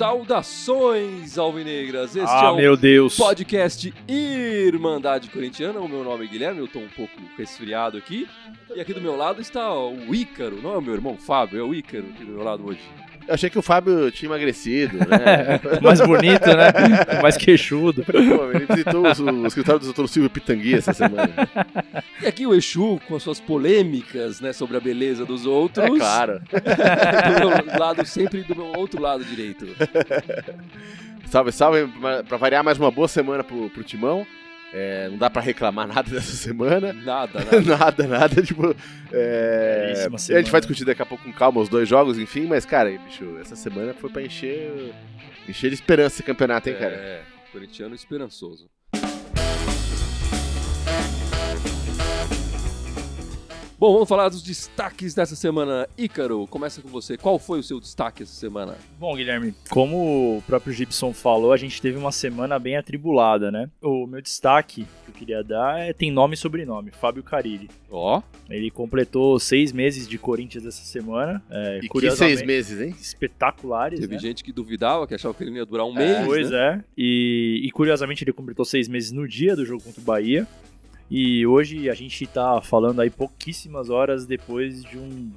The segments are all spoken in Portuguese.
Saudações alvinegras! Este ah, é o meu Deus. podcast Irmandade Corintiana. O meu nome é Guilherme, eu tô um pouco resfriado aqui. E aqui do meu lado está o Ícaro, não é o meu irmão Fábio, é o Ícaro aqui do meu lado hoje. Eu achei que o Fábio tinha emagrecido, né? É, Mais bonito, né? Mais queixudo. Pô, ele visitou os- o escritório do Dr. Silvio Pitangui essa semana. E aqui o Exu com as suas polêmicas, né, sobre a beleza dos outros. É claro. Do meu lado, sempre do meu outro lado direito. Salve, salve. Ma- Pra variar, mais uma boa semana pro, pro Timão. É, não dá pra reclamar nada dessa semana. Nada, né? nada, nada. Tipo, é, Belíssima A gente semana. vai discutir daqui a pouco com calma os dois jogos, enfim. Mas, cara, bicho, essa semana foi pra encher, encher de esperança esse campeonato, hein, cara? É, corintiano esperançoso. Bom, vamos falar dos destaques dessa semana. Ícaro, começa com você. Qual foi o seu destaque essa semana? Bom, Guilherme, como o próprio Gibson falou, a gente teve uma semana bem atribulada, né? O meu destaque que eu queria dar é tem nome e sobrenome, Fábio Carilli. Ó, Ele completou seis meses de Corinthians essa semana. É, e que curiosamente, seis meses, hein? espetaculares, teve né? gente que duvidava, que achava que ele não ia durar um mês. Pois né? é. E, e curiosamente ele completou seis meses no dia do jogo contra o Bahia. E hoje a gente tá falando aí pouquíssimas horas depois de um-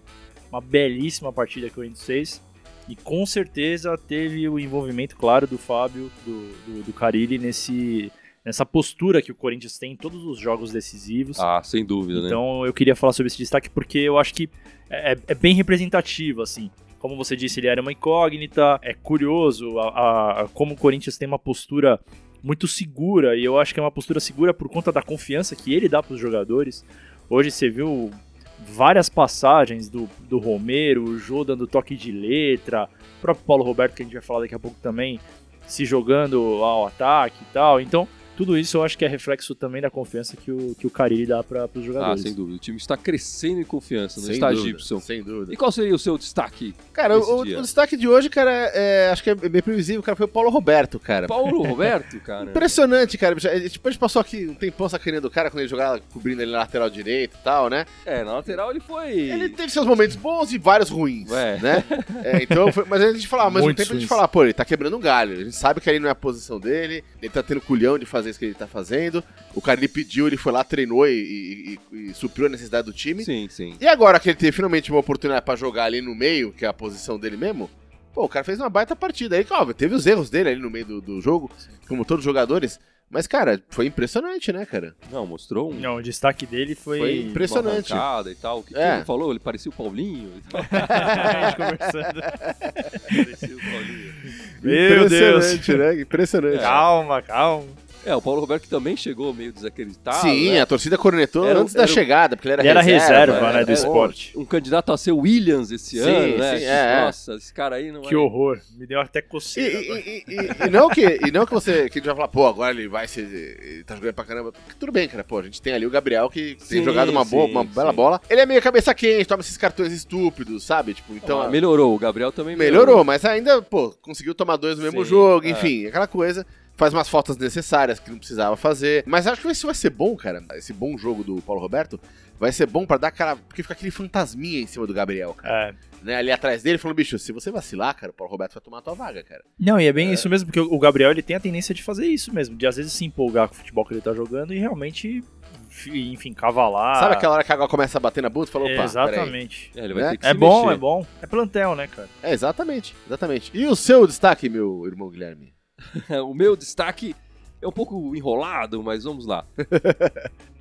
uma belíssima partida que o Corinthians fez. E com certeza teve o envolvimento, claro, do Fábio, do, do, do Carilli nesse, nessa postura que o Corinthians tem em todos os jogos decisivos. Ah, sem dúvida, né? é. Então eu queria falar sobre esse destaque porque eu acho que é, é- é bem representativo, assim. Como você disse, ele era uma incógnita, é curioso a- a- a como o Corinthians tem uma postura muito segura, e eu acho que é uma postura segura por conta da confiança que ele dá para os jogadores. Hoje você viu várias passagens do, do Romero, o Jô dando toque de letra, o próprio Paulo Roberto, que a gente vai falar daqui a pouco também, se jogando ao ataque e tal. Então, tudo isso eu acho que é reflexo também da confiança que o, que o Carilli dá para os Ah, jogadores. sem dúvida. O time está crescendo em confiança, não Sem está, dúvida, Gibson? Sem dúvida. E qual seria o seu destaque? Cara, Esse o, o dia. destaque de hoje, cara, é- acho que é meio previsível, cara, foi o Paulo Roberto, cara. Paulo Roberto, cara. É. Impressionante, cara. bicho. É, Tipo, a gente passou aqui um tempão sacaneando o cara quando ele jogava cobrindo ele na lateral direita e tal, né? É, na lateral ele foi. Ele teve seus momentos bons e vários ruins, É. né? É, então, foi- mas a gente fala, mas um Muitos tempo a gente ruins. fala, pô, ele tá quebrando um galho. A gente sabe que ali não é a posição dele, ele tá tendo culhão de fazer isso que ele tá fazendo. O cara ele pediu, ele foi lá, treinou e, e- e- e supriu a necessidade do time. Sim, sim. E agora que ele teve finalmente uma oportunidade pra jogar ali no meio, que é a posição dele mesmo, pô, o cara fez uma baita partida. Aí, óbvio, teve os erros dele ali no meio do, do jogo, como todos os jogadores. Mas, cara, foi impressionante, né, cara? Não, mostrou um. Não, o destaque dele foi. Foi impre- Impressionante. Uma arrancada e tal. O que É. ele falou? Ele parecia o Paulinho e tal. A gente conversando. parecia o Paulinho. Meu Deus. Impressionante, né? Impressionante. Calma, calma. É, o Paulo Roberto que também chegou meio tá desacreditado. Sim, é. né? a torcida cornetou Era um- antes da era um- chegada, porque ele era Ele era reserva. reserva, né, do É, esporte. Um candidato a ser o Williams esse Sim, ano, né? sim, é, é. Nossa, esse cara aí não Que é. horror. Me deu até E, coceira. agora. e- e- e- e não que, e não que você que a gente vai falar, pô, agora ele vai se. Ele tá jogando pra caramba. Porque Tudo bem, cara, pô, a gente tem ali o Gabriel que Sim, tem jogado uma, boa, sim, uma bela sim. bola. Ele é meio cabeça quente, toma esses cartões estúpidos, sabe? Tipo, então. Ah, melhorou, o Gabriel também Melhorou, mas ainda, pô, conseguiu tomar dois no mesmo Sim, jogo, é. enfim, aquela coisa. Faz umas faltas necessárias que não precisava fazer. Mas acho que isso vai ser bom, cara. Esse bom jogo do Paulo Roberto vai ser bom pra dar aquela. Porque fica aquele fantasminha em cima do Gabriel, cara. É. Né? Ali atrás dele, falando, bicho, se você vacilar, cara, o Paulo Roberto vai tomar a tua vaga, cara. Não, e é bem isso mesmo, porque o Gabriel ele tem a tendência de fazer isso mesmo, de às vezes se empolgar com o futebol que ele tá jogando e realmente, fi- enfim, cavalar. Sabe aquela hora que a água começa a bater na É, bunda? Falou, opa, peraí. Ah. Exatamente. É, ele vai Né? ter que É se bom, mexer. é bom. É plantel, né, cara? É, exatamente, exatamente. E o seu destaque, meu irmão Guilherme? O meu destaque é um pouco enrolado, mas vamos lá.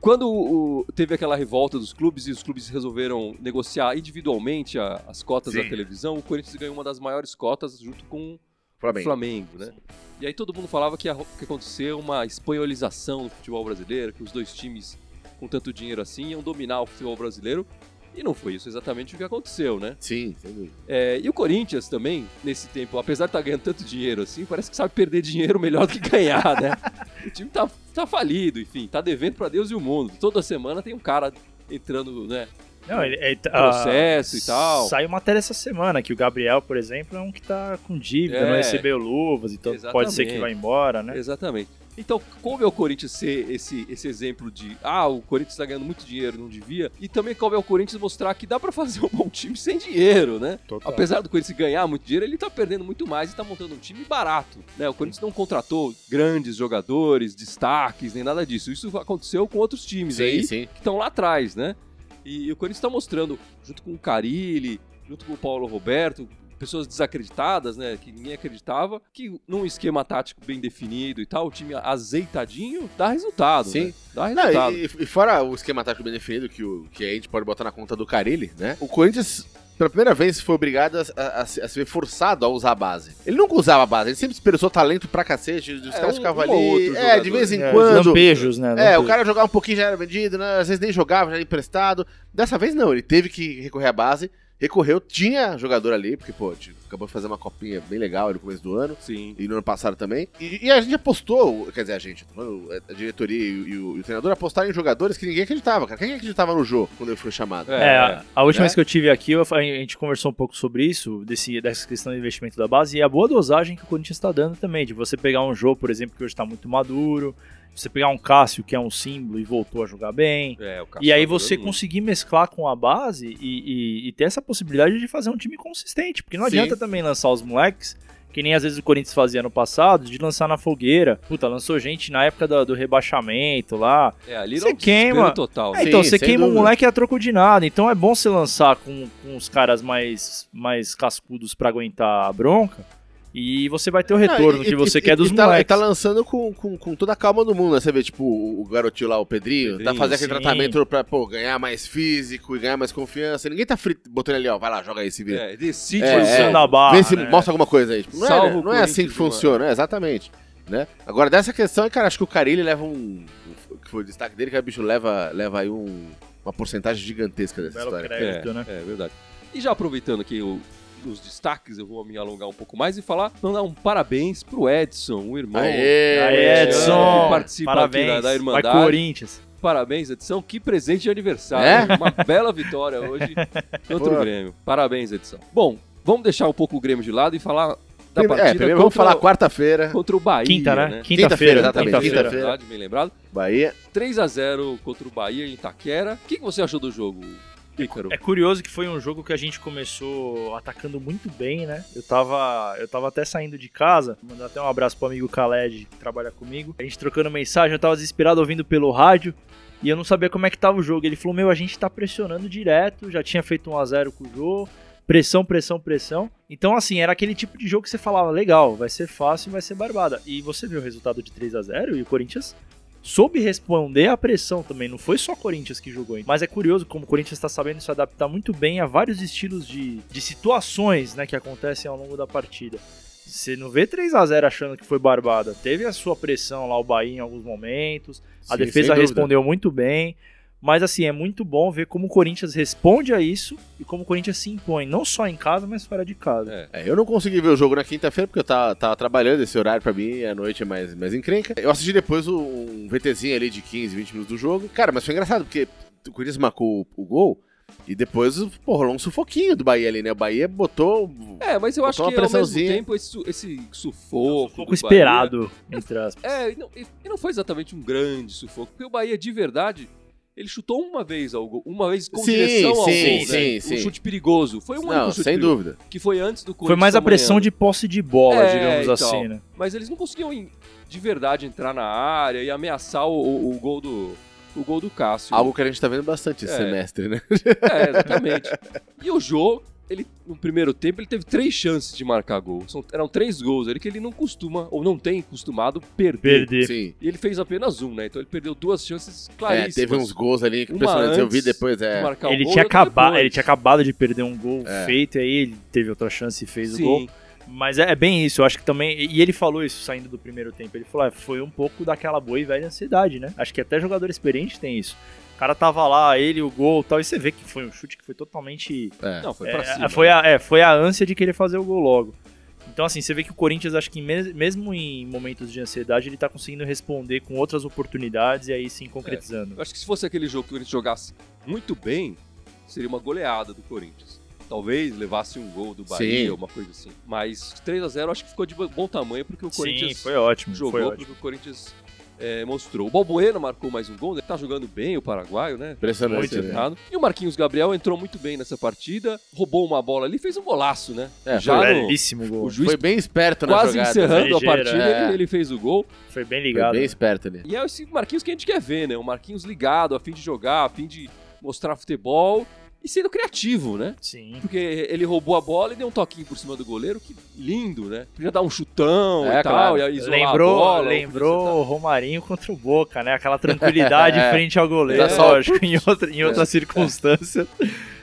Quando o- teve aquela revolta dos clubes e os clubes resolveram negociar individualmente a- as cotas Sim. da televisão, o Corinthians ganhou uma das maiores cotas junto com Flamengo. Flamengo, né? E aí todo mundo falava que, a- que aconteceu uma espanholização do futebol brasileiro, que os dois times com tanto dinheiro assim iam dominar o futebol brasileiro. E não foi isso exatamente o que aconteceu, né? Sim, sem dúvida. É, e o Corinthians também, nesse tempo, apesar de estar ganhando tanto dinheiro assim, parece que sabe perder dinheiro melhor do que ganhar, né? O time tá, tá falido, enfim, tá devendo pra Deus e o mundo. Toda semana tem um cara entrando, né? Não, ele, ele- Processo ah, e tal. Saiu matéria essa semana que o Gabriel, por exemplo, é um que tá com dívida, É. não recebeu luvas, então pode ser que Exatamente. vá embora, né? Exatamente. Então, como é o Corinthians ser esse, esse exemplo de ah, o Corinthians tá ganhando muito dinheiro, não devia, e também como é o Corinthians mostrar que dá pra fazer um bom time sem dinheiro, né? Total. Apesar do Corinthians ganhar muito dinheiro, ele tá perdendo muito mais e tá montando um time barato, né? O Corinthians não contratou grandes jogadores, destaques, nem nada disso. Isso aconteceu com outros times aí sim. que estão lá atrás, né? E, e o Corinthians está mostrando, junto com o Carilli, junto com o Paulo Roberto, pessoas desacreditadas, né? Que ninguém acreditava, que num esquema tático bem definido e tal, o time azeitadinho dá resultado. Sim. né? Dá Não, resultado. e, e fora o esquema tático bem definido, que, o, que a gente pode botar na conta do Carilli, né? O Corinthians, pela primeira vez, foi obrigado a, a- a se a se ver forçado a usar a base. Ele nunca usava a base, ele sempre dispersou talento pra cacete, os É, caras um- ficavam um ali. ou outro é, de jogador, vez em É, os quando. lampejos, né? É, o lampejos. cara jogava um pouquinho já era vendido, né? às vezes nem jogava, já era emprestado. Dessa vez não, ele teve que recorrer à base, recorreu, tinha jogador ali, porque, pô, tipo, acabou de fazer uma copinha bem legal ali no começo do ano Sim. e no ano passado também. E, e a gente apostou, quer dizer, a gente, tô falando, a diretoria e, o- e o, e o treinador apostaram em jogadores que ninguém acreditava, cara. Quem acreditava no jogo quando ele foi chamado? É. É, a- a última né? vez que eu tive aqui, eu fa- a gente conversou um pouco sobre isso, desse, dessa questão do investimento da base, e a boa dosagem que o Corinthians está dando também, de você pegar um jogo, por exemplo, que hoje está muito maduro, você pegar um Cássio, que é um símbolo e voltou a jogar bem, É, o Cássio e aí tá jogando você muito. conseguir mesclar com a base e, e- e ter essa possibilidade de fazer um time consistente, porque não Sim. adianta também lançar os moleques, que nem às vezes o Corinthians fazia no passado, de lançar na fogueira. Puta, lançou gente na época do, do rebaixamento lá. É, ali Você não queima. queima. total. né? É, Sim, então, você sem queima o dúvida. moleque a troco de nada. Então é bom você lançar com, com os caras mais, mais cascudos pra aguentar a bronca. E você vai ter o retorno Não, e- que e- você e- quer dos e tá, moleques. e tá lançando com, com, com toda a calma do mundo, né? Você vê, tipo, o, o garotinho lá, o Pedrinho, Pedrinho, tá fazendo aquele sim. tratamento pra, pô, ganhar mais físico e ganhar mais confiança. Ninguém tá frit- botando ali, ó, vai lá, joga aí, se vira. É, decide É, você. Forçando a barra, Vê se né? mostra alguma coisa aí. Tipo, não Salva é, o não é Corinthians assim que de uma- funciona, é, exatamente. Né? Agora, dessa questão, cara, acho que o Carilli leva um. um- Que foi o destaque dele, que o bicho leva, leva aí um, uma porcentagem gigantesca dessa Belo história. crédito, é, né? é verdade. E já aproveitando aqui o- os destaques, eu vou me alongar um pouco mais e falar, mandar um parabéns pro Edson, o irmão. Aê, Aí, É, Edson! que participa aqui parabéns. da- da vai Irmandade. Corinthians. Parabéns, Edição. Que presente de aniversário. É? Uma bela vitória hoje contra Boa. o Grêmio. Parabéns, Edição. Bom, vamos deixar um pouco o Grêmio de lado e falar da Prime- partida É, primeiro vamos contra, falar quarta-feira, contra o Bahia. Quinta, né? Quinta-feira, Quinta-feira. exatamente, Quinta-feira, quinta-feira. verdade, bem lembrado. Bahia. 3x0 contra o Bahia em Itaquera. O que que você achou do jogo, Ícaro? É curioso que foi um jogo que a gente começou atacando muito bem, né? Eu tava, eu tava até saindo de casa, mandar até um abraço pro amigo Khaled, que trabalha comigo. A gente trocando mensagem, eu tava desesperado ouvindo pelo rádio. E eu não sabia como é que tava o jogo. Ele falou: Meu, a gente tá pressionando direto. Já tinha feito 1 a 0 com o jogo. Pressão, pressão, pressão. Então, assim, era aquele tipo de jogo que você falava: Legal, vai ser fácil, vai ser barbada. E você viu o resultado de 3 a 0 e o Corinthians soube responder à pressão também. Não foi só Corinthians que jogou. hein? Mas é curioso como o Corinthians está sabendo se adaptar muito bem a vários estilos de, de situações né, que acontecem ao longo da partida. Você não vê 3 a 0 achando que foi barbada. Teve a sua pressão lá, o Bahia, em alguns momentos. A Sim, defesa sem dúvida. respondeu muito bem. Mas assim, é muito bom ver como o Corinthians responde a isso e como o Corinthians se impõe, não só em casa, mas fora de casa. É. É, eu não consegui ver o jogo na quinta-feira porque eu tava, tava trabalhando, esse horário pra mim, a noite é mais, mais encrenca. Eu assisti depois o- um VTzinho ali de 15, 20 minutos do jogo. Cara, mas foi engraçado porque o Corinthians marcou o, o gol e depois, pô, rolou um sufoquinho do Bahia ali, né? O Bahia botou. É, mas eu Botou acho uma que ao mesmo pressãozinha. tempo esse, su- esse sufoco. do Pouco Bahia- esperado, entre aspas. É, e não, e- e não foi exatamente um grande sufoco, porque o Bahia de verdade. Ele chutou uma vez ao gol, uma vez com Sim, direção ao sim, gol, sim, né? sim. um chute perigoso. Foi um Não, chute sem perigoso, dúvida. que foi antes do Corinthians. Foi mais a pressão amanhã. de posse de bola, É, digamos então. assim, né? Mas eles não conseguiam em- de verdade entrar na área e ameaçar o, o- o gol do o gol do Cássio. Algo que a gente tá vendo bastante esse É. semestre, né? É, exatamente. e o Jô, ele no primeiro tempo ele teve três chances de marcar gol. São- eram três gols, ele que ele não costuma ou não tem costumado perder. Perder. Sim. E ele fez apenas um, né? Então ele perdeu duas chances É, claríssimas. teve uns gols ali que Uma impressionantes. Eu vi antes depois, de é. marcar o ele, gol, tinha e outra acaba, depois. ele tinha acabado de perder um gol É. feito, e aí ele teve outra chance e fez Sim. o gol. Mas é, é bem isso, eu acho que também. E ele falou isso saindo do primeiro tempo. Ele falou: "Ah, foi um pouco daquela boa e velha ansiedade, né? Acho que até jogador experiente tem isso. O cara tava lá, ele, o gol e tal, e você vê que foi um chute que foi totalmente é. Não, foi é, pra a- cima. foi a, é, foi a ânsia de querer fazer o gol logo. Então, assim, você vê que o Corinthians, acho que mes- mesmo em momentos de ansiedade, ele tá conseguindo responder com outras oportunidades e aí sim concretizando. Eu acho que se fosse aquele jogo que o Corinthians jogasse muito bem, seria uma goleada do Corinthians. Talvez levasse um gol do Bahia, Sim. uma coisa assim. Mas 3 a 0 acho que ficou de bom tamanho porque o sim, Corinthians foi ótimo. foi jogou, ótimo. porque o Corinthians é, mostrou. O Balbuena marcou mais um gol, né? tá jogando bem o paraguaio, né? Impressionante. Muito, né? Tá? E o Marquinhos Gabriel entrou muito bem nessa partida, roubou uma bola ali, fez um golaço, né? É, Já foi- no- Belíssimo gol. o juiz Foi bem esperto na quase jogada. encerrando ligeiro, a partida, é. ele, ele fez o gol. Foi bem Foi ligado. né? bem esperto ali. E é esse Marquinhos que a gente quer ver, né? Um Marquinhos ligado, a fim de jogar, a fim de mostrar futebol e sendo criativo, né? Sim. Porque ele roubou a bola e deu um toquinho por cima do goleiro, que lindo, né? Podia dar um chutão É, e tal, claro. e aí isolar lembrou a bola. lembrou o tá Romarinho contra o Boca, né? Aquela tranquilidade É. frente ao goleiro, Dá só- lógico, em outra, em outra circunstância.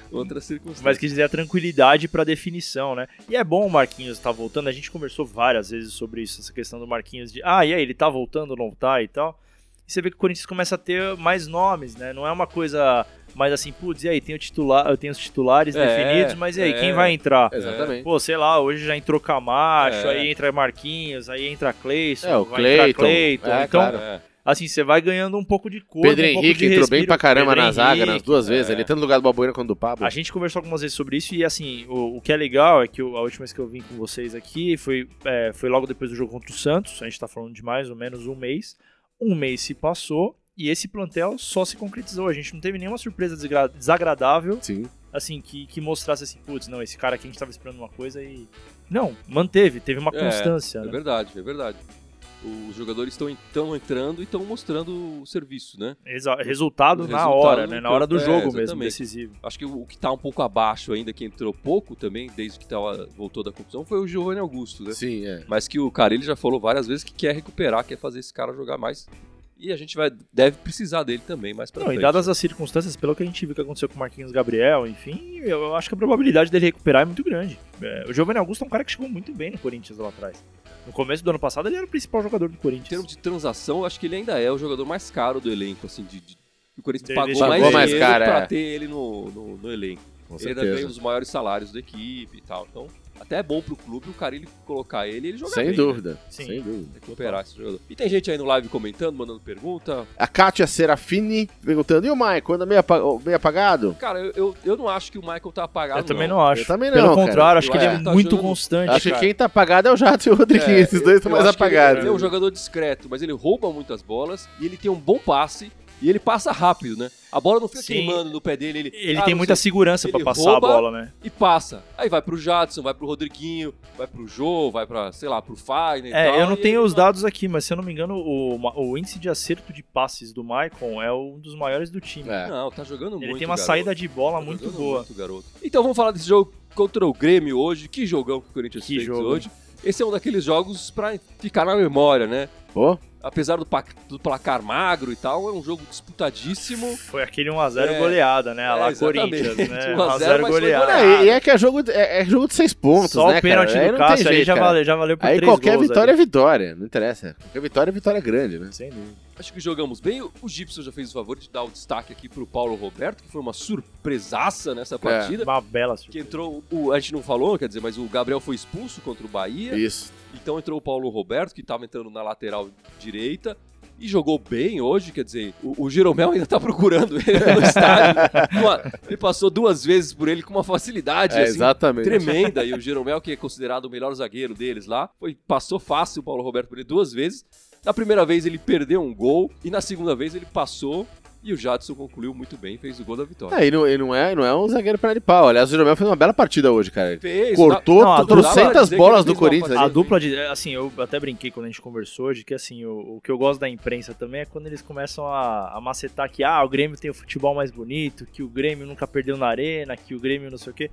Outra circunstância. Mas quer dizer, a tranquilidade pra definição, né? E é bom o Marquinhos estar voltando. A gente conversou várias vezes sobre isso, essa questão do Marquinhos de, ah, e aí, ele tá voltando, não tá e tal. E você vê que o Corinthians começa a ter mais nomes, né? Não é uma coisa mais assim, putz, e aí, tem, o titular, eu tenho os titulares É, definidos, mas e aí, é. quem vai entrar? Exatamente. Pô, sei lá, hoje já entrou Camacho, É. aí entra Marquinhos, aí entra Cleison, É, o vai Cleiton. entrar Cleiton. É, então, claro. É. assim, você vai ganhando um pouco de cor, Pedro um pouco Henrique de entrou respiro. bem pra caramba Pedro na zaga, né? Henrique. nas duas vezes. é. Ele tanto no lugar do Balbuena quanto do Pablo. A gente conversou algumas vezes sobre isso e, assim, o, o que é legal é que o- a última vez que eu vim com vocês aqui foi, é, foi logo depois do jogo contra o Santos. A gente tá falando de mais ou menos um mês. Um mês se passou e esse plantel só se concretizou. A gente não teve nenhuma surpresa desgra- desagradável, Sim. assim, que, que mostrasse assim, putz, não, esse cara aqui a gente tava esperando uma coisa e... Não, manteve, teve uma É, constância, É né? verdade, é verdade. Os jogadores estão então entrando e estão mostrando o serviço, né? Exa- resultado, na Resultado hora, no né? Na campo. hora do É, jogo mesmo, exatamente. decisivo. Acho que o que tá um pouco abaixo ainda, que entrou pouco também, desde que tava, voltou da confusão, foi o Giovanni Augusto, né? Sim, é. Mas que o cara, ele já falou várias vezes que quer recuperar, quer fazer esse cara jogar mais. E a gente vai, deve precisar dele também mais pra Não, e frente. dadas as circunstâncias, pelo que a gente viu que aconteceu com o Marquinhos Gabriel, enfim, eu acho que a probabilidade dele recuperar é muito grande. É, o Giovanni Augusto é um cara que chegou muito bem no Corinthians lá atrás. No começo do ano passado, ele era o principal jogador do Em Corinthians. termos de transação, eu acho que ele ainda é o jogador mais caro do elenco, assim, de... de- o Corinthians Ele pagou, deixou mais, bem. dinheiro Pagou mais caro, pra é. ter ele no, no, no elenco. Com ele ainda ganha certeza. os maiores salários da equipe e tal. Então, até é bom pro clube o cara ele colocar ele ele jogar Sem bem, né? dúvida. Sim. Sem dúvida. recuperar esse jogador. E tem gente aí no live comentando, mandando pergunta. A Kátia Serafini perguntando: e o Maicon? Anda meio, apa- meio apagado? Cara, eu, eu, eu não acho que o Michael tá apagado. eu também não acho. Eu também pelo não, cara. contrário, acho Eu que ele é acho que tá muito jogando- constante. Acho que cara. quem tá apagado é o Jato e o Rodrigues. É, Esses dois estão Eu mais né? acho que ele- apagados. Ele é um jogador discreto, mas ele rouba muitas bolas e ele tem um bom passe e ele passa rápido, né? A bola não fica Sim. queimando no pé dele. Ele, Ele ah, tem não muita sei, segurança pra ele passar rouba- a bola, né? E passa. Aí vai pro Jadson, vai pro Rodriguinho, vai pro Jô, vai pra, sei lá, pro Fagner. e tal, É, eu não e Então, tenho ele os dados aqui, mas se eu não me engano, o, ma- o índice de acerto de passes do Maicon é um dos maiores do time. É. Não, tá jogando muito. Ele tem uma garoto. saída de bola Tá muito jogando boa. muito, garoto. Então vamos falar desse jogo contra o Grêmio hoje. Que jogão que o Corinthians Que fez jogo, hoje. Esse é um daqueles jogos pra ficar na memória, né? Pô, Apesar do, pa- do placar magro e tal, é um jogo disputadíssimo. Foi aquele 1x0 É. goleada, né? A lá É, exatamente. Corinthians, né? 1 a 0, 1x0 mas foi goleada. goleada. Não, e, e é que é jogo, de- é, é jogo de seis pontos, Só né, o pênalti cara? Aí do não Cássio tem aí jeito, já cara. valeu, já valeu por Aí três qualquer gols vitória ali. é vitória, não interessa. Qualquer vitória é vitória grande, né? Sem dúvida. Acho que jogamos bem. O Gibson já fez o favor de dar o destaque aqui pro Paulo Roberto, que foi uma surpresaça nessa partida. Uma bela surpresa. Que entrou o. A gente não falou, quer dizer, mas o Gabriel foi expulso contra o Bahia. Isso. Então entrou o Paulo Roberto, que estava entrando na lateral direita. E jogou bem hoje, quer dizer, o, o Jeromel ainda tá procurando ele no estádio. Uma- ele passou duas vezes por ele com uma facilidade, É, assim, exatamente. tremenda. E o Jeromel, que é considerado o melhor zagueiro deles lá, foi, passou fácil o Paulo Roberto por ele duas vezes. Na primeira vez ele perdeu um gol, e na segunda vez ele passou, e o Jadson concluiu muito bem, fez o gol da vitória. É, e não, e não é, não é um zagueiro perna de pau. Aliás, o Jeromel fez uma bela partida hoje, cara. Fez, É, tá, Cortou não, a- não dá pra trocentas dizer bolas que ele do fez uma Corinthians. fazenda. A Sim. dupla de. Assim, eu até brinquei quando a gente conversou hoje que assim, o, o que eu gosto da imprensa também é quando eles começam a, a macetar que ah, o Grêmio tem o futebol mais bonito, que o Grêmio nunca perdeu na arena, que o Grêmio não sei o quê.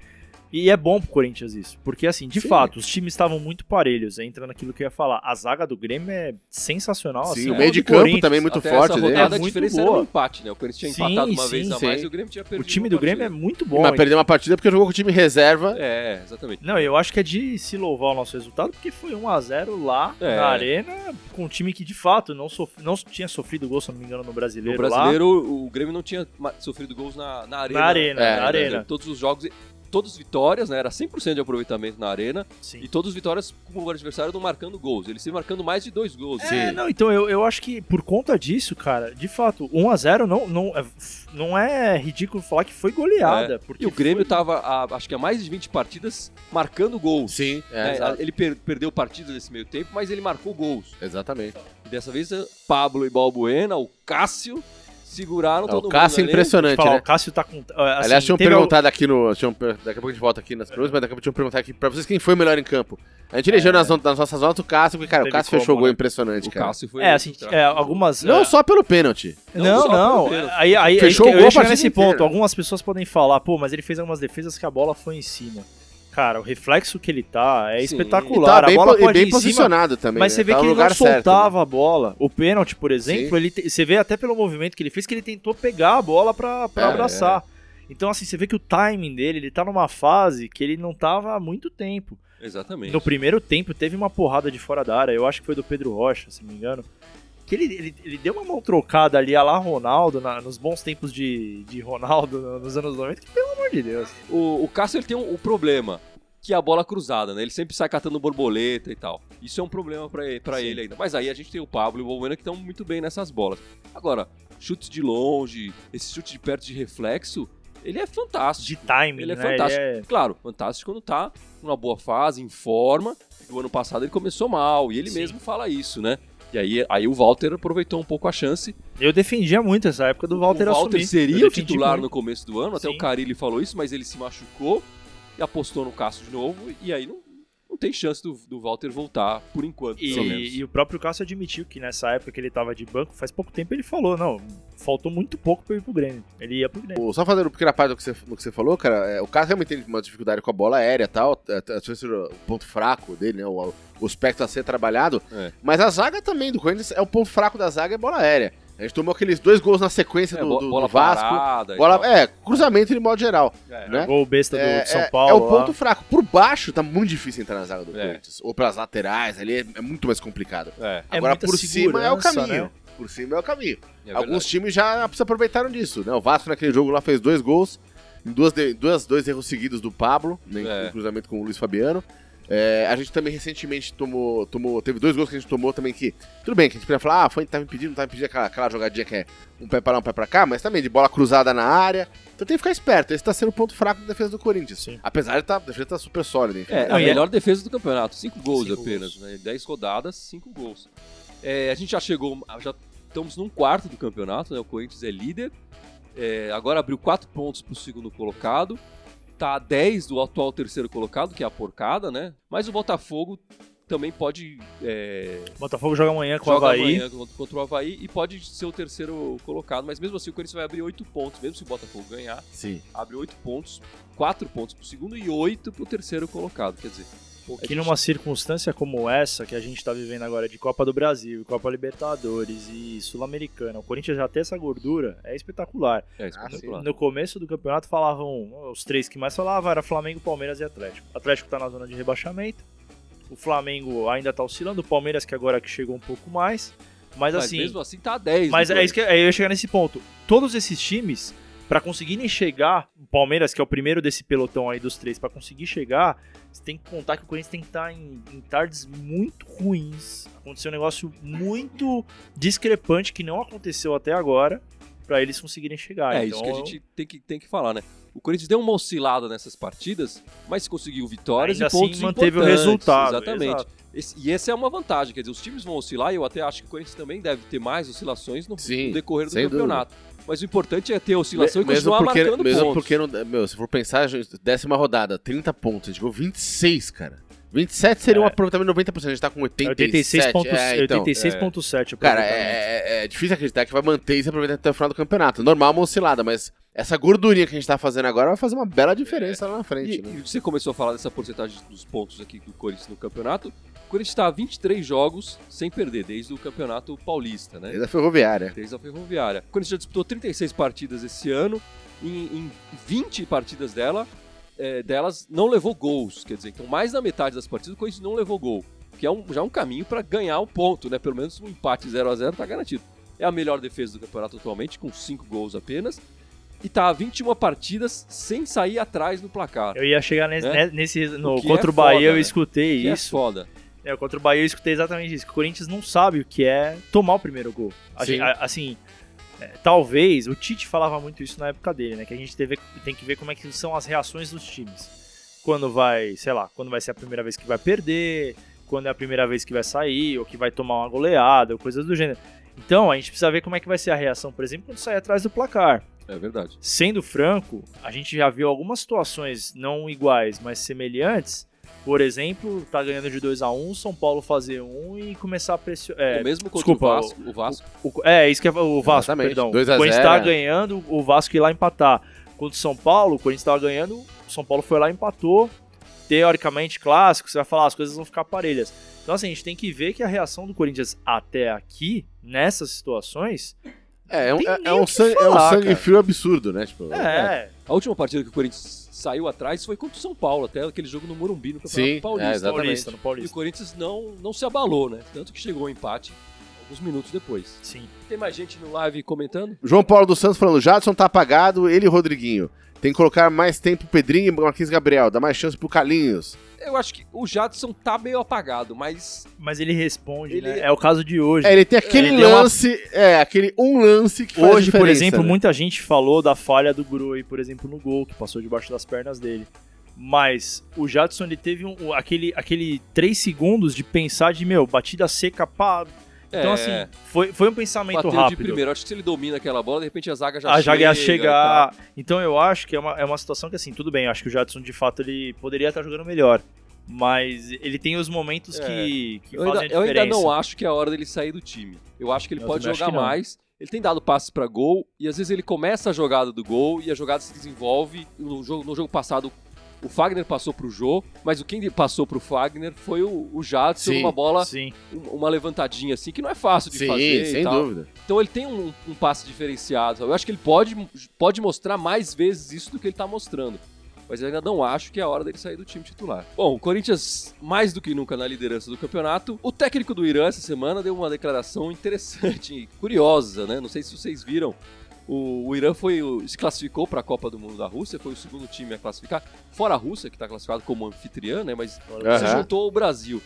E é bom pro Corinthians isso. Porque, assim, de Sim. fato, os times estavam muito parelhos. Entra naquilo que eu ia falar. A zaga do Grêmio é sensacional. assim, Sim, o a meio do de campo Corinthians, também muito Até forte. Essa dele. rodada, É a muito diferença era boa. um empate, né? O Corinthians tinha Sim, empatado uma sim, vez a sim. mais e o Grêmio tinha perdido. O time uma do Grêmio é partida. muito bom. Mas perdeu uma partida porque jogou com o time reserva. É, exatamente. Não, eu acho que é de se louvar o nosso resultado, porque foi 1x0 lá É. na arena, com um time que de fato não, sof- não tinha sofrido gol, se eu não me engano, no brasileiro. No lá. brasileiro, o Grêmio não tinha ma- sofrido gols na, na arena. Na arena, É, na Quer na dizer, arena. Todos os jogos, todas vitórias, né? Era 100% de aproveitamento na arena. Sim. E todas vitórias com o adversário não marcando gols. Ele se marcando mais de dois gols. É, não, então eu, eu acho que por conta disso, cara, de fato, 1x0 não, não, é, não é ridículo falar que foi goleada. Porque E o Grêmio tá foi- tava, a- acho que há mais de 20 partidas, marcando gols. Sim, é, né? exa- ele per- perdeu partidas nesse meio tempo, mas ele marcou gols. exatamente. E dessa vez, eh, Pablo e Balbuena, o Cássio, seguraram todo o mundo. Cássio é ali. impressionante, Falar, né? o Cássio tá com. ah, assim, Aliás, tinham teve algum- perguntado aqui no. Tinham, per- daqui a pouco a gente volta aqui nas perguntas, mas daqui a pouco tinham perguntado aqui pra vocês quem foi o melhor em campo. A gente elegeu nas, not- nas nossas notas o Cássio, porque, cara, É. Teve o Cássio fechou o como, gol né? impressionante, O cara. Cássio foi. É, assim, é, algumas. Não é, só pelo pênalti. Não, Não, só não. pelo- Aí, aí, Fechou aí, o gol eu ia a chegar partida nesse inteira. ponto. Algumas pessoas podem falar, pô, mas ele fez algumas defesas que a bola foi em cima. Cara, o reflexo que ele tá é Sim. E espetacular. tá bem, a bola po- e pode bem ir em cima, posicionado também. mas né? você vê Tá que no ele não lugar soltava certo, né? a bola. O pênalti, por Sim. exemplo, ele te- você vê até pelo movimento que ele fez que ele tentou pegar a bola pra, pra É, abraçar. Então, assim, você vê que o timing dele, ele tá numa fase que ele não tava há muito tempo. Exatamente. No primeiro tempo teve uma porrada de fora da área, eu acho que foi do Pedro Rocha, se não me engano. Que ele, ele, ele deu uma mão trocada ali a lá Ronaldo, na- nos bons tempos de, de Ronaldo no- nos anos 90, que pelo amor de Deus. O, o Cássio ele tem um, um problema, que é a bola cruzada, né? Ele sempre sai catando borboleta e tal. Isso é um problema pra ele, pra Sim. ele ainda. Mas aí a gente tem o Pablo e o Balbuena que estão muito bem nessas bolas. Agora, chutes de longe, esse chute de perto de reflexo, ele é fantástico. De timing, Ele é né? fantástico. Ele é- Claro, fantástico quando tá numa boa fase, em forma. porque O ano passado ele começou mal, e ele Sim. mesmo fala isso, né? E aí, aí o Walter aproveitou um pouco a chance. Eu defendia muito essa época do Walter o Walter assumir. seria Eu o defendi titular muito. no começo do ano, até Sim. o Carilli falou isso, mas ele se machucou e apostou no Cássio de novo, e aí não, não tem chance do, do Walter voltar, por enquanto, pelo menos. E, e o próprio Cássio admitiu que nessa época que ele tava de banco, faz pouco tempo ele falou, não, faltou muito pouco pra eu ir pro Grêmio. Ele ia pro Grêmio. O- Só fazendo um pequeno parte do que, você, do que você falou, cara, é, o Cássio realmente tem uma dificuldade com a bola aérea e tal. é, é, Às vezes o ponto fraco dele, né? O, o aspecto a ser trabalhado. É. Mas a zaga também do Corinthians é o ponto fraco da zaga é bola aérea. A gente tomou aqueles dois gols na sequência É, do, bo- do- bola do Vasco. parada e Bola, tal. é, cruzamento de modo geral. É, né? Gol besta do É, de São é- é Paulo. o lá. ponto fraco. Por baixo tá muito difícil entrar na zaga do É. Corinthians. Ou pelas laterais ali é, é muito mais complicado. é, É Agora muita por cima é o segurança, caminho. né? Por cima é o caminho. é Alguns verdade. times já se aproveitaram disso, né? O Vasco naquele jogo lá fez dois gols, em duas, de- duas- dois erros seguidos do Pablo, né, É. em cruzamento com o Luiz Fabiano. É, a gente também recentemente tomou, tomou. Teve dois gols que a gente tomou também que. Tudo bem, que a gente podia falar, ah, foi, tava impedindo, tava impedindo aquela, aquela jogadinha que é um pé para lá, um pé pra cá, mas também de bola cruzada na área. Então tem que ficar esperto. Esse tá sendo o ponto fraco da defesa do Corinthians. Sim. Apesar de tá, a defesa tá super sólida, enfim. É, Não, a e é- melhor defesa do campeonato, cinco gols Cinco apenas, né? Dez rodadas, cinco gols. É, a gente já chegou, já estamos num quarto do campeonato, né? O Corinthians é líder, é, agora abriu quatro pontos pro segundo colocado, tá a 10 do atual terceiro colocado, que é a porcada, né? Mas o Botafogo também pode é, Botafogo joga amanhã com o jogar Havaí. amanhã contra o Havaí e pode ser o terceiro colocado, mas mesmo assim o Corinthians vai abrir oito pontos, mesmo se o Botafogo ganhar Sim. abre oito pontos, quatro pontos pro segundo e oito pro terceiro colocado. Quer dizer, é a gente- Que numa circunstância como essa que a gente tá vivendo agora de Copa do Brasil, Copa Libertadores e Sul-Americana, o Corinthians já tem essa gordura, é espetacular. é espetacular. No começo do campeonato falavam, os três que mais falavam era Flamengo, Palmeiras e Atlético. O Atlético tá na zona de rebaixamento, o Flamengo ainda tá oscilando, o Palmeiras que agora que chegou um pouco mais, mas, Mas assim... mesmo assim tá a 10. Mas do é isso que é, eu ia chegar nesse ponto. Todos esses times, pra conseguirem chegar, o Palmeiras, que é o primeiro desse pelotão aí dos três, pra conseguir chegar, você tem que contar que o Corinthians tem que estar em, em tardes muito ruins. Aconteceu um negócio muito discrepante que não aconteceu até agora pra eles conseguirem chegar. É Então, isso que a gente tem que, tem que falar, né? O Corinthians deu uma oscilada nessas partidas, mas conseguiu vitórias Ainda e pontos assim, manteve o importantes, resultado, Exatamente. exato. Esse- e essa é uma vantagem, quer dizer, os times vão oscilar e eu até acho que o Corinthians também deve ter mais oscilações no, Sim, no decorrer do sem campeonato. Mas o importante é ter a oscilação e mesmo continuar porque, marcando mesmo pontos. porque não, meu, se for pensar, gente, décima rodada, 30 pontos, a gente ganhou 26, cara. 27 seria um É. aproveitamento de 90%, a gente tá com 87. 86,7. 86 é, então, 86,7 o aproveitamento. Cara, é, é- é difícil acreditar que vai manter esse aproveitamento até o final do campeonato. Normal uma oscilada, mas essa gordurinha que a gente tá fazendo agora vai fazer uma bela diferença É. lá na frente, E, né? e você começou a falar dessa porcentagem dos pontos aqui do Corinthians no campeonato. O Corinthians tá está a 23 jogos sem perder desde o Campeonato Paulista, né? Desde a ferroviária. Desde a Ferroviária. O Corinthians já disputou 36 partidas esse ano. Em, em 20 partidas dela, eh, delas não levou gols. Quer dizer, então mais da metade das partidas o Corinthians não levou gol. Que é um, já um caminho para ganhar o ponto, né? Pelo menos um empate 0 a 0 tá garantido. É a melhor defesa do campeonato atualmente, com 5 gols apenas. E tá a 21 partidas sem sair atrás no placar. Eu ia chegar nesse. né? nesse- no, O que contra é o Bahia foda, eu né? escutei Que isso. É foda. É, contra o Bahia eu escutei exatamente isso, que o Corinthians não sabe o que é tomar o primeiro gol. A Sim. gente- a- assim, é, talvez, o Tite falava muito isso na época dele, né? Que a gente teve- tem que ver como é que são as reações dos times. Quando vai, sei lá, quando vai ser a primeira vez que vai perder, quando é a primeira vez que vai sair, ou que vai tomar uma goleada, ou coisas do gênero. Então, a gente precisa ver como é que vai ser a reação, por exemplo, quando sair atrás do placar. É verdade. Sendo franco, a gente já viu algumas situações não iguais, mas semelhantes. Por exemplo, tá ganhando de 2 a 1 São Paulo fazer um e começar a pressionar. o mesmo contra desculpa, o Vasco. O, Vasco O- é, isso que é o Vasco, Exatamente. perdão. 2 a o Corinthians 0, tava é. ganhando, o Vasco ia lá empatar. Contra o São Paulo, o Corinthians tava ganhando, o São Paulo foi lá e empatou. Teoricamente, clássico, você vai falar, as coisas vão ficar parelhas. Então, assim, a gente tem que ver que a reação do Corinthians até aqui, nessas situações, É, é um, Tem é- nem é o um que sangue, é um falar, sangue cara. frio absurdo, né? Tipo, é. a última partida que o Corinthians saiu atrás foi contra o São Paulo, até aquele jogo no Morumbi, no Campeonato Sim, Paulista. é, exatamente. Paulista, no E o Paulista. Corinthians não, não se abalou, né? Tanto que chegou o empate alguns minutos depois. Sim. Tem mais gente no live comentando? João Paulo dos Santos falando, Jadson tá apagado, ele e o Rodriguinho. Tem que colocar mais tempo Pedrinho e Marquinhos Gabriel, dá mais chance pro Calinhos. Eu acho que o Jadson tá meio apagado, mas Mas ele responde, Ele- né? É o caso de hoje. É, ele tem aquele Ele deu uma- lance, é, aquele um lance que faz Hoje, por diferença, exemplo, né? muita gente falou da falha do Groi, por exemplo, no gol, que passou debaixo das pernas dele. Mas o Jadson, ele teve um- aquele, aquele 3 segundos de pensar de, meu, batida seca, pá. Então, É. assim, foi, foi um pensamento bateu de rápido. primeiro. Acho que se ele domina aquela bola, de repente a zaga já A chega. Jaga ia e tal. chegar. Então eu acho que é uma, é uma situação que, assim, tudo bem, eu acho que o Jadson, de fato, ele poderia estar jogando melhor. Mas ele tem os momentos É. que, que Eu fazem ainda, a eu diferença. ainda não acho que é a hora dele sair do time. Eu acho que ele Eu pode também acho jogar que não. mais. Ele tem dado passes pra gol e às vezes ele começa a jogada do gol e a jogada se desenvolve. No jogo, no jogo passado, o Fagner passou pro Jô, mas o quem passou pro Fagner foi o, o Jadson Sim, numa bola, Sim. um- uma levantadinha assim, que não é fácil de Sim, fazer. e sem tal. dúvida. Então ele tem um, um passe diferenciado. sabe? Eu acho que ele pode, pode mostrar mais vezes isso do que ele tá mostrando. Mas eu ainda não acho que é a hora dele sair do time titular. Bom, o Corinthians, mais do que nunca na liderança do campeonato. O técnico do Irã essa semana deu uma declaração interessante e curiosa, né? Não sei se vocês viram. O, o Irã foi, o- se classificou para a Copa do Mundo da Rússia, foi o segundo time a classificar, fora a Rússia, que está classificado como anfitriã, né? Mas se Aham. juntou ao Brasil.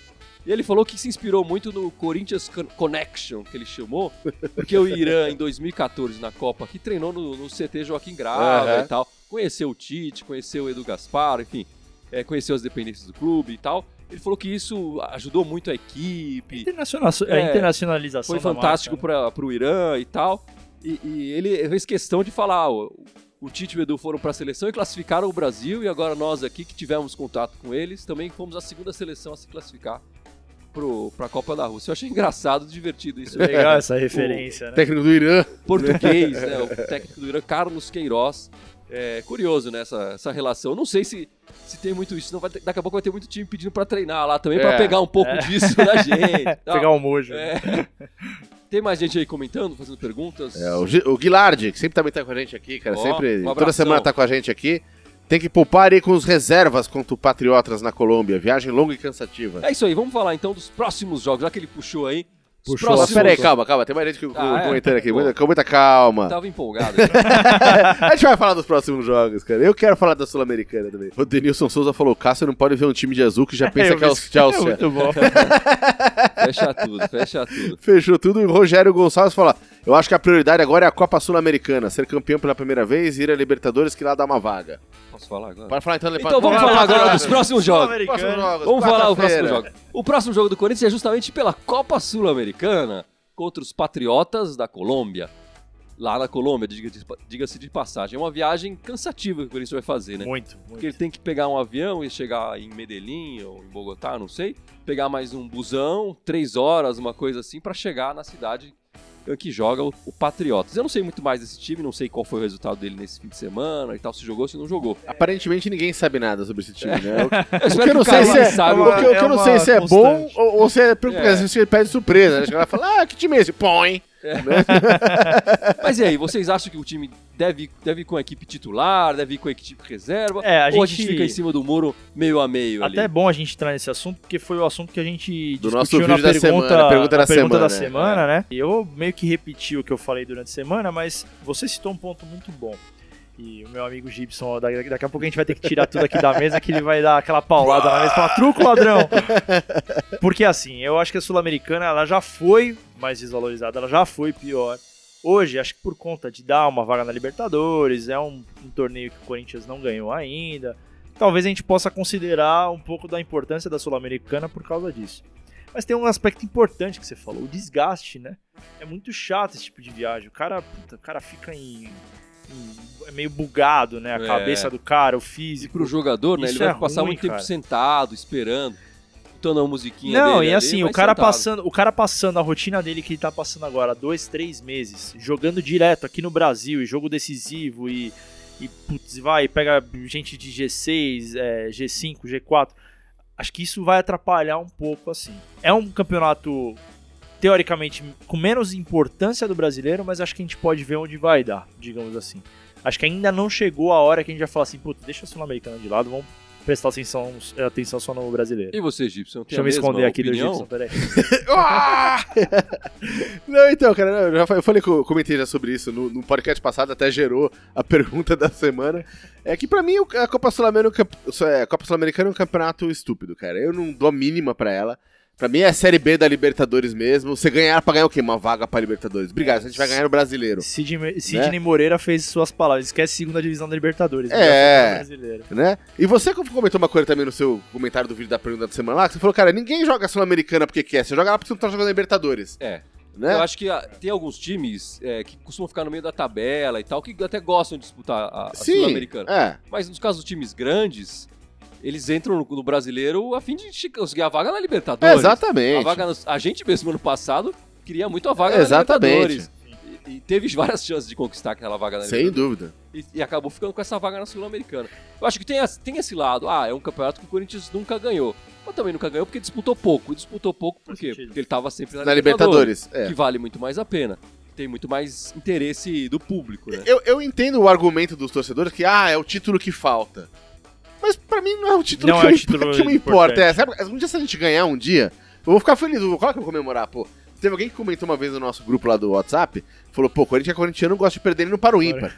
E ele falou que se inspirou muito no Corinthians Con- Connection, que ele chamou, porque o Irã, em 2014, na Copa, que treinou no, no CT Joaquim Grava Aham. e tal, conheceu o Tite, conheceu o Edu Gaspar, enfim, é, conheceu as dependências do clube e tal. Ele falou que isso ajudou muito a equipe, Internaciona- É. a internacionalização foi da fantástico marca, né? para o Irã e tal. E, e ele fez questão de falar: ó, o Tite e o Edu foram para a seleção e classificaram o Brasil, e agora nós aqui que tivemos contato com eles também fomos a segunda seleção a se classificar para a Copa da Rússia. Eu achei engraçado, divertido isso. né? Legal essa referência, né? É. Técnico do Irã. português, né? O técnico do Irã, Carlos Queiroz. É curioso, né? Essa, essa relação. Eu não sei se, se tem muito isso. Não vai ter- daqui a pouco vai ter muito time pedindo pra treinar lá também, pra É. um pegar um pouco disso da gente. e tal. Pegar o mojo. né? É. Tem mais gente aí comentando, fazendo perguntas? É, o, Gi- o Guilardi, que sempre também tá com a gente aqui, cara. Ó, sempre, um toda abração. semana tá com a gente aqui. Tem que poupar e ir com os reservas contra o Patriotas na Colômbia. Viagem longa e cansativa. É isso aí, vamos falar então dos próximos jogos, já que ele puxou aí. Os Puxou. Mas próximos... peraí, calma, calma. Tem mais gente que- Ah, é? Então. comentando aqui. Bom. Muita, com muita calma. Tava empolgado. né? A gente vai falar dos próximos jogos, cara. Eu quero falar da Sul-Americana também. O Denilson Souza falou: Cássio não pode ver um time de azul que já pensa Eu que é o vi isso. É Chelsea. muito bom. fecha tudo, fecha tudo. Fechou tudo e o Rogério Gonçalves fala: Eu acho que a prioridade agora é a Copa Sul-Americana, ser campeão pela primeira vez e ir a Libertadores, que lá dá uma vaga. Posso falar agora? Bora falar então da Então vamos falar agora dos próximos jogos. próximos jogos. Vamos falar do próximo quarta-feira. jogo. O próximo jogo do Corinthians é justamente pela Copa Sul-Americana contra os Patriotas da Colômbia. Lá na Colômbia, diga- diga-se de passagem. É uma viagem cansativa que o Corinthians vai fazer, né? Muito, muito. Porque ele tem que pegar um avião e chegar em Medellín ou em Bogotá, não sei. Pegar mais um busão, três horas, uma coisa assim, pra chegar na cidade que joga o o Patriotas. Eu não sei muito mais desse time, não sei qual foi o resultado dele nesse fim de semana e tal, se jogou, se não jogou. Aparentemente ninguém sabe nada sobre esse time, né? O que- Eu O que eu não sei se Carille é, saiba o que, o que eu não é uma sei se é bom constante. ou, ou se é porque É. às vezes você pede surpresa, né? Chega lá e fala, ah, que time é esse? Põe! Mas e aí, vocês acham que o time deve, deve ir com a equipe titular, deve ir com a equipe reserva? É, a ou a gente- gente fica em cima do muro meio a meio Até é ali? bom a gente entrar nesse assunto, porque foi o assunto que a gente discutiu Do nosso na vídeo da pergunta, semana, pergunta na da pergunta da semana, É. semana, né? E eu meio que repeti o que eu falei durante a semana, mas você citou um ponto muito bom. E o meu amigo Gibson, ó, daqui daqui a pouco a gente vai ter que tirar tudo aqui da mesa, que ele vai dar aquela paulada na mesa e falar, truco, ladrão! Porque assim, eu acho que a Sul-Americana, ela já foi mais desvalorizada, ela já foi pior. Hoje, acho que por conta de dar uma vaga na Libertadores, é um, um torneio que o Corinthians não ganhou ainda, talvez a gente possa considerar um pouco da importância da Sul-Americana por causa disso. Mas tem um aspecto importante que você falou, o desgaste, né? É muito chato esse tipo de viagem. O cara, puta, o cara fica em, em- é meio bugado, né? A É. cabeça do cara, o E físico. pro jogador, né? Isso Ele vai é passar ruim, muito tempo cara. sentado, esperando, escutando a musiquinha dele. Não, ali, e assim, vai o cara, sentado. passando, o cara passando a rotina dele que ele tá passando agora, há dois, três meses, jogando direto aqui no Brasil, e jogo decisivo, e, e putz, vai, pega gente de G6, é, G5, G4. Acho que isso vai atrapalhar um pouco, assim. É um campeonato, teoricamente, com menos importância do brasileiro, mas acho que a gente pode ver onde vai dar, digamos assim. Acho que ainda não chegou a hora que a gente vai falar assim, putz, deixa a Sul-Americana de lado, vamos prestar atenção, atenção só no brasileiro. E você, Gibson? Tem a Deixa eu me mesma esconder aqui do opinião? Gibson, peraí. Ah! não, então, cara, não, eu, já fa- eu falei, que eu comentei já sobre isso no, no podcast passado, até gerou a pergunta da semana. É que pra mim o- a Copa Sul-Americana é, a Copa Sul-Americana é um campeonato estúpido, cara. Eu não dou a mínima pra ela. Pra mim é a Série B da Libertadores mesmo. Você ganhar pra ganhar o quê? Uma vaga pra Libertadores. Obrigado, a gente vai ganhar o brasileiro. Né? Sidney, Sidney Moreira fez suas palavras. Esquece segunda divisão da Libertadores. É. né? Brasileiro. né? E você comentou uma coisa também no seu comentário do vídeo da pergunta da semana lá, que você falou, cara, ninguém joga Sul-Americana porque quer, você joga lá porque você não tá jogando Libertadores. É. Né? Eu acho que ah, tem alguns times é, que costumam ficar no meio da tabela e tal, que até gostam de disputar a, a Sim, Sul-Americana. é. Mas nos casos dos times grandes, eles entram no, no brasileiro a fim de chi- conseguir a vaga na Libertadores. É, Exatamente. A, vaga no- a gente mesmo ano passado queria muito a vaga na Exatamente. Libertadores. E, e teve várias chances de conquistar aquela vaga na Sem dúvida. e, e acabou ficando com essa vaga na Sul-Americana. Eu acho que tem, as- tem esse lado. Ah, é um campeonato que o Corinthians nunca ganhou. Mas também nunca ganhou porque disputou pouco. E disputou pouco por Faz quê? sentido. Porque ele tava sempre na, Na Libertadores. É. Que vale muito mais a pena. Tem muito mais interesse do público, né? Eu, eu entendo o argumento dos torcedores que, ah, é o título que falta. Mas pra mim não é o título, Não que, é eu- o título que me importa. importante. É, sabe, um dia se a gente ganhar um dia, eu vou ficar feliz. eu vou- Claro que eu vou comemorar, pô. Teve alguém que comentou uma vez no nosso grupo lá do WhatsApp, falou, pô, Corinthians é corintiano, não gosta de perder, ele não para o ímpar.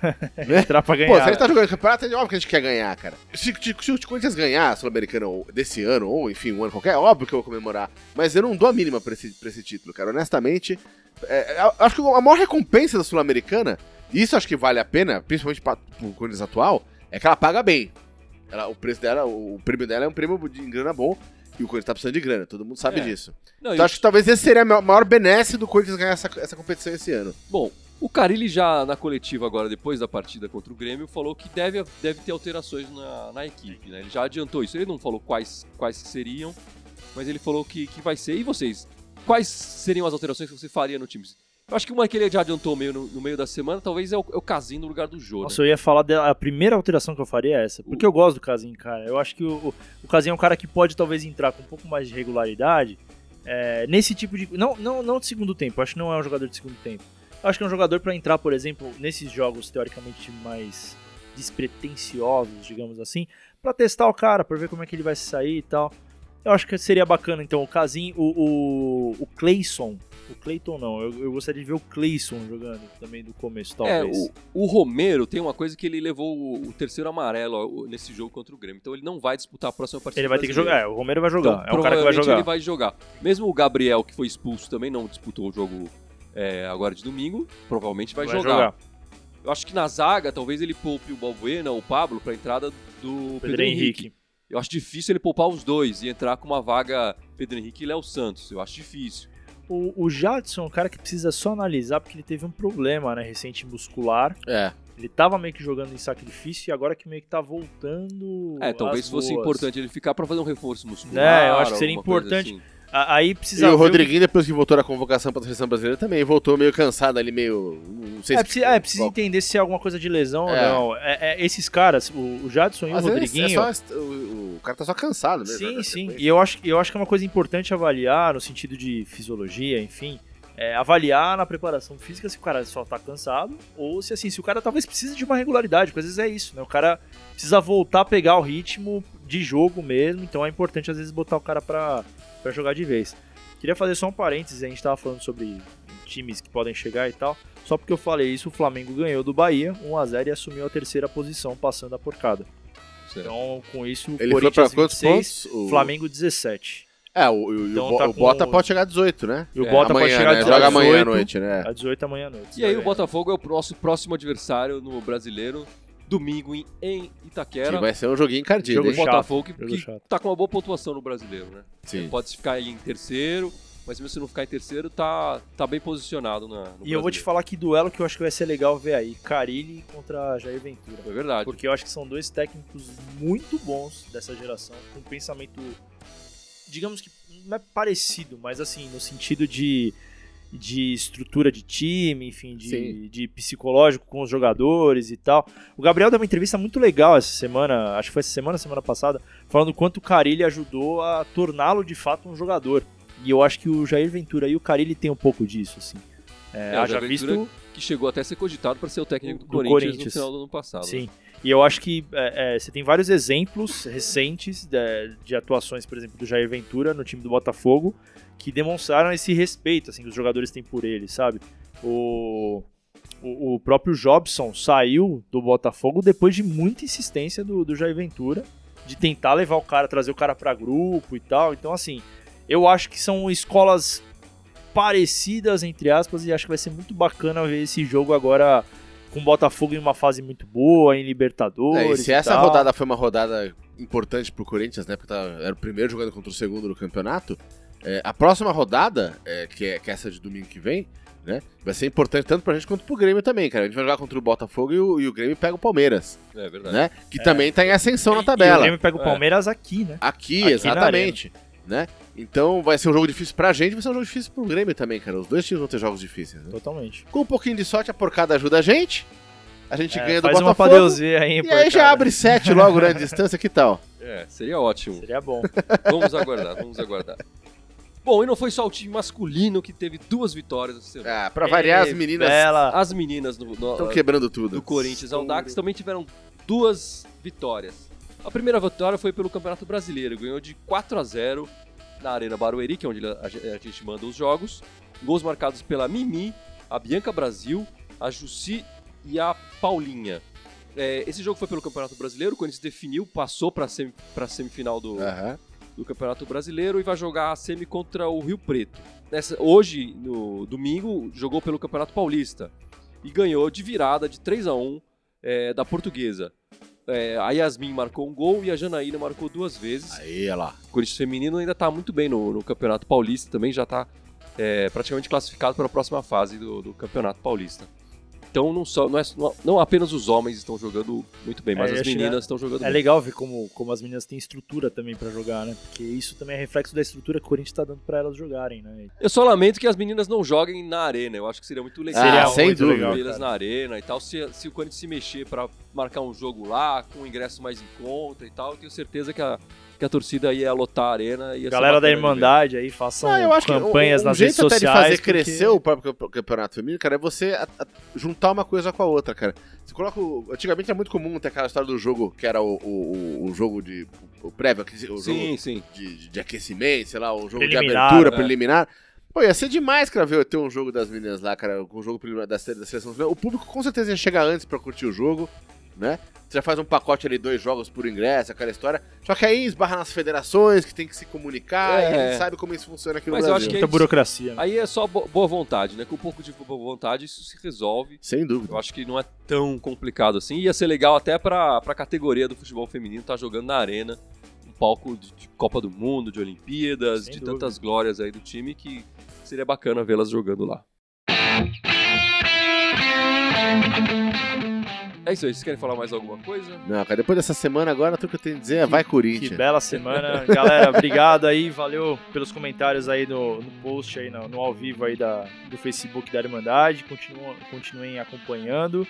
Entrar pra ganhar. Pô, se ele tá jogando campeonato, é óbvio que a gente quer ganhar, cara. Se, se- se o Corinthians ganhar a Sul-Americana ou- desse ano, ou enfim, um ano qualquer, é óbvio que eu vou comemorar. Mas eu não dou a mínima pra esse, pra esse título, cara. Honestamente, é, é, eu acho que a maior recompensa da Sul-Americana, e isso acho que vale a pena, principalmente pra, pro Corinthians atual, é que ela paga bem. Ela- o preço dela, o, o prêmio dela é um prêmio de grana bom. E o Corinthians tá precisando de grana, todo mundo sabe É. disso. Não, e Então acho que talvez esse seria a ma- maior benesse do Corinthians ganhar essa, essa competição esse ano. Bom, o Carilli já na coletiva agora, depois da partida contra o Grêmio, falou que deve, deve ter alterações na, na equipe, né? Ele já adiantou isso. Ele não falou quais, quais que seriam, mas ele falou que, que vai ser. E vocês? Quais seriam as alterações que você faria no time? Eu acho que uma que ele já adiantou meio no, no meio da semana, talvez é o, é o Casim no lugar do Jô, né? Nossa, eu ia falar dela. A primeira alteração que eu faria é essa. Porque eu gosto do Casim, cara. Eu acho que o, o- o Casim é um cara que pode talvez entrar com um pouco mais de regularidade. é, nesse tipo de. Não, não, não de segundo tempo. eu Acho que não é um jogador de segundo tempo. Eu acho que é um jogador pra entrar, por exemplo, nesses jogos teoricamente mais despretensiosos, digamos assim, pra testar o cara, pra ver como é que ele vai se sair e tal. Eu acho que seria bacana, então, o Casim, o, o, o Clayson. O Clayton não, eu, eu gostaria de ver o Clayson jogando também do começo, É, talvez. o, o Romero tem uma coisa que ele levou o, o terceiro amarelo ó, o- nesse jogo contra o Grêmio. Então ele não vai disputar a próxima partida. Ele vai ter que brasileira. jogar. É, o Romero vai jogar. é Então, o cara que vai provavelmente jogar. Ele vai jogar. Mesmo o Gabriel, que foi expulso, também não disputou o jogo é, agora de domingo, provavelmente vai, jogar. Eu acho que na zaga, talvez ele poupe o Balbuena ou o Pablo pra entrada do Pedro, Pedro Henrique. Henrique. Eu acho difícil ele poupar os dois e entrar com uma vaga Pedro Henrique e Léo Santos. Eu acho difícil. O, o Jadson é um cara que precisa só analisar porque ele teve um problema, né, recente muscular. É. Ele tava meio que jogando em sacrifício e agora que meio que tá voltando. É, às talvez fosse boas. importante ele ficar pra fazer um reforço muscular. Né, eu acho que seria alguma coisa importante. assim. A- Aí E precisa. ver o que- Rodriguinho, depois que voltou da convocação pra seleção brasileira, também voltou meio cansado ali, meio. Não sei É, precisa, é, precisa qual- entender se é alguma coisa de lesão É. ou não. É, é, esses caras, o, o Jadson e o Às vezes um Rodriguinho. é só- o, o cara tá só cansado, né? Sim, sim. na sequência. E eu acho, eu acho que é uma coisa importante avaliar no sentido de fisiologia, enfim. é, avaliar na preparação física se o cara só tá cansado ou se assim, se o cara talvez precise de uma regularidade, porque às vezes é isso, né? O cara precisa voltar a pegar o ritmo de jogo mesmo, então é importante às vezes botar o cara pra, pra jogar de vez. Queria fazer só um parênteses, a gente tava falando sobre times que podem chegar e tal. Só porque eu falei isso, o Flamengo ganhou do Bahia 1 a 0 e assumiu a terceira posição, passando a porcada. Certo. Então, com isso, o Ele foi pra Corinthians quantos 26, pontos? O... Flamengo 17. É, o, o, Então o, Bo- tá o Bota com- pode chegar a 18, né? E o É, Bota amanhã, pode chegar né? a 18, Joga amanhã à noite, né? A 18 amanhã à noite. E aí o Bota Botafogo é o nosso próximo adversário no brasileiro domingo em, em Que Itaquera. vai ser um joguinho encardido, Jogo O hein? chato. Botafogo que, jogo que chato. tá com uma boa pontuação no brasileiro, né? Sim. Ele Pode ficar aí em terceiro, mas mesmo se não ficar em terceiro, tá, tá bem posicionado na, no E eu vou te brasileiro. falar que duelo que eu acho que vai ser legal ver aí. Carilli contra Jair Ventura. É verdade. Porque eu acho que são dois técnicos muito bons dessa geração, com um pensamento, digamos que não é parecido, mas assim, no sentido de, de estrutura de time, enfim, de, Sim. de psicológico com os jogadores e tal. O Gabriel deu uma entrevista muito legal essa semana, acho que foi essa semana, semana passada, falando o quanto o Carilli ajudou a torná-lo de fato um jogador. E eu acho que o Jair Ventura e o Carilli tem um pouco disso, assim. É, É, o haja Jair visto... Ventura que chegou até a ser cogitado para ser o técnico do, Do Corinthians, no Corinthians. final do ano passado. né? Sim. E eu acho que é, é, você tem vários exemplos recentes é, de, atuações, por exemplo, do Jair Ventura no time do Botafogo, que demonstraram esse respeito assim, que os jogadores têm por ele, sabe? O, o, o próprio Jobson saiu do Botafogo depois de muita insistência do, do Jair Ventura, de tentar levar o cara, trazer o cara para grupo e tal. Então, assim, eu acho que são escolas parecidas, entre aspas, e acho que vai ser muito bacana ver esse jogo agora com o Botafogo em uma fase muito boa, em Libertadores. É, e se essa tal. rodada foi uma rodada importante pro Corinthians, né? Porque tava- era o primeiro jogando contra o segundo do campeonato. é, a próxima rodada, é, que, é, que é essa de domingo que vem, né? Vai ser importante tanto pra gente quanto pro Grêmio também, cara. A gente vai jogar contra o Botafogo e o, e o Grêmio pega o Palmeiras, É verdade. né? Que também tá em ascensão na E o tabela. Grêmio pega o É. Palmeiras aqui, né? Aqui, Aqui na exatamente. Né? Então vai ser um jogo difícil pra gente, vai ser um jogo difícil pro Grêmio também, cara. Os dois times vão ter jogos difíceis, né? Totalmente. Com um pouquinho de sorte, a porcada ajuda a gente. A gente É, ganha do faz uma pra Botafogo. Deus ver aí, E aí já porcada. abre sete logo, né? Distância, que tal? É, seria ótimo. Seria bom. Vamos aguardar, vamos aguardar. Bom, e não foi só o time masculino que teve duas vitórias. essa semana. Ah, pra variar, as Ei, meninas Bela. As meninas do, no- estão quebrando tudo. do Corinthians ao Dax também tiveram duas vitórias. A primeira vitória foi pelo Campeonato Brasileiro, ganhou de 4 a 0 na Arena Barueri, que é onde a ge- a gente manda os jogos. Gols marcados pela Mimi, a Bianca Brasil, a Jussi e a Paulinha. É, esse jogo foi pelo Campeonato Brasileiro, o Corinthians definiu, passou para semi, a semifinal do, Aham. do Campeonato Brasileiro e vai jogar a semi contra o Rio Preto. Nessa- hoje, no domingo, jogou pelo Campeonato Paulista e ganhou de virada de 3 a 1 é, da Portuguesa. É, a Yasmin marcou um gol e a Janaína marcou duas vezes. Aí, olha lá. O Corinthians feminino ainda está muito bem no, no Campeonato Paulista, também já está praticamente classificado para a próxima fase do, do Campeonato Paulista. Então não, só, não, é- não- não apenas os homens estão jogando muito bem, mas É, eu as ia chegar- meninas estão jogando É bem. legal ver como, como as meninas têm estrutura também pra jogar, né? Porque isso também é reflexo da estrutura que o Corinthians tá dando pra elas jogarem, né? Eu só lamento que as meninas não joguem na arena. Eu acho que seria muito legal. Seria As sem muito dúvida. legal, Palmeiras cara. na arena e tal. Se, se o Corinthians se mexer pra marcar um jogo lá, com um ingresso mais em conta e tal, eu tenho certeza que a, que a torcida ia lotar a arena. Ia ser Galera bacana da de ver. Irmandade aí, façam Não, eu acho que campanhas um, um nas jeito redes até sociais. de fazer porque- crescer o próprio campe- campeonato feminino, cara, é você a- a- juntar uma coisa com a outra, cara. Você coloca o- Antigamente era muito comum ter aquela história do jogo que era o, o- o- o jogo de. O prévio, aqui- o jogo Sim, sim. de, de- de aquecimento, sei lá, o jogo de Preliminar, abertura né? preliminar. Pô, ia ser demais, cara, ver ter um jogo das meninas lá, cara, com um jogo preliminar da, sele- da seleção. O público com certeza ia chegar antes pra curtir o jogo, né? Você já faz um pacote ali, dois jogos por ingresso, aquela história. Só que aí esbarra nas federações que tem que se É. comunicar e a gente sabe como é isso funciona aqui no Mas eu Brasil. acho que Muita burocracia. né? Aí é só bo- boa vontade, né? Com um pouco de boa vontade isso se resolve. Sem dúvida. Eu acho que não é tão complicado assim. Ia ser legal até pra, pra categoria do futebol feminino estar jogando na arena. Um palco de, de Copa do Mundo, de Olimpíadas, Sem de dúvida. tantas glórias aí do time que seria bacana vê-las jogando lá. É isso aí. Vocês querem falar mais alguma coisa? Não, cara, depois dessa semana agora, tudo que eu tenho a dizer é vai Que Corinthians. bela semana. Galera, obrigado aí. Valeu pelos comentários aí no, no post, aí no, no ao vivo aí da, do Facebook da Irmandade. Continuam, continuem acompanhando.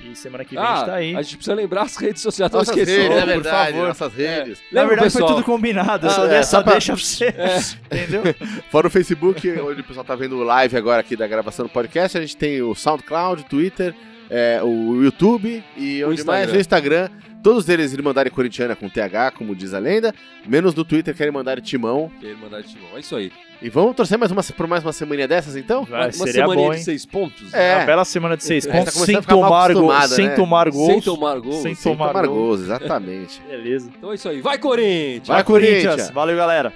E semana que vem a gente tá aí. Ah, a gente precisa lembrar as redes sociais. Não Nossas esqueceu, redes, é por verdade, favor. nossas redes. Na Lembra, verdade pessoal? foi tudo combinado. só Ah, de- é, só só pra- deixa pra você. É. Entendeu? Fora o Facebook, onde o pessoal tá vendo live agora aqui da gravação do podcast, a gente tem o SoundCloud, Twitter, é, o YouTube e O onde mais Instagram. o Instagram. Todos eles Irmandade Corintiana com TH, como diz a lenda, menos no Twitter que é Irmandade Timão. Querer mandar de timão. É isso aí. E vamos torcer mais uma, por mais uma semaninha dessas, então? Vai, uma uma seria semaninha bom, de hein? seis pontos. né? É, Uma bela semana de seis É, pontos. tá começando sem, a ficar mal tomar gol, acostumada, sem né? tomar gols. Sem tomar gol. Sem Sem tomar tomar gol. gols, exatamente. Beleza. Então é isso aí. Vai, Corinthians! Vai, Corinthians! Valeu, galera.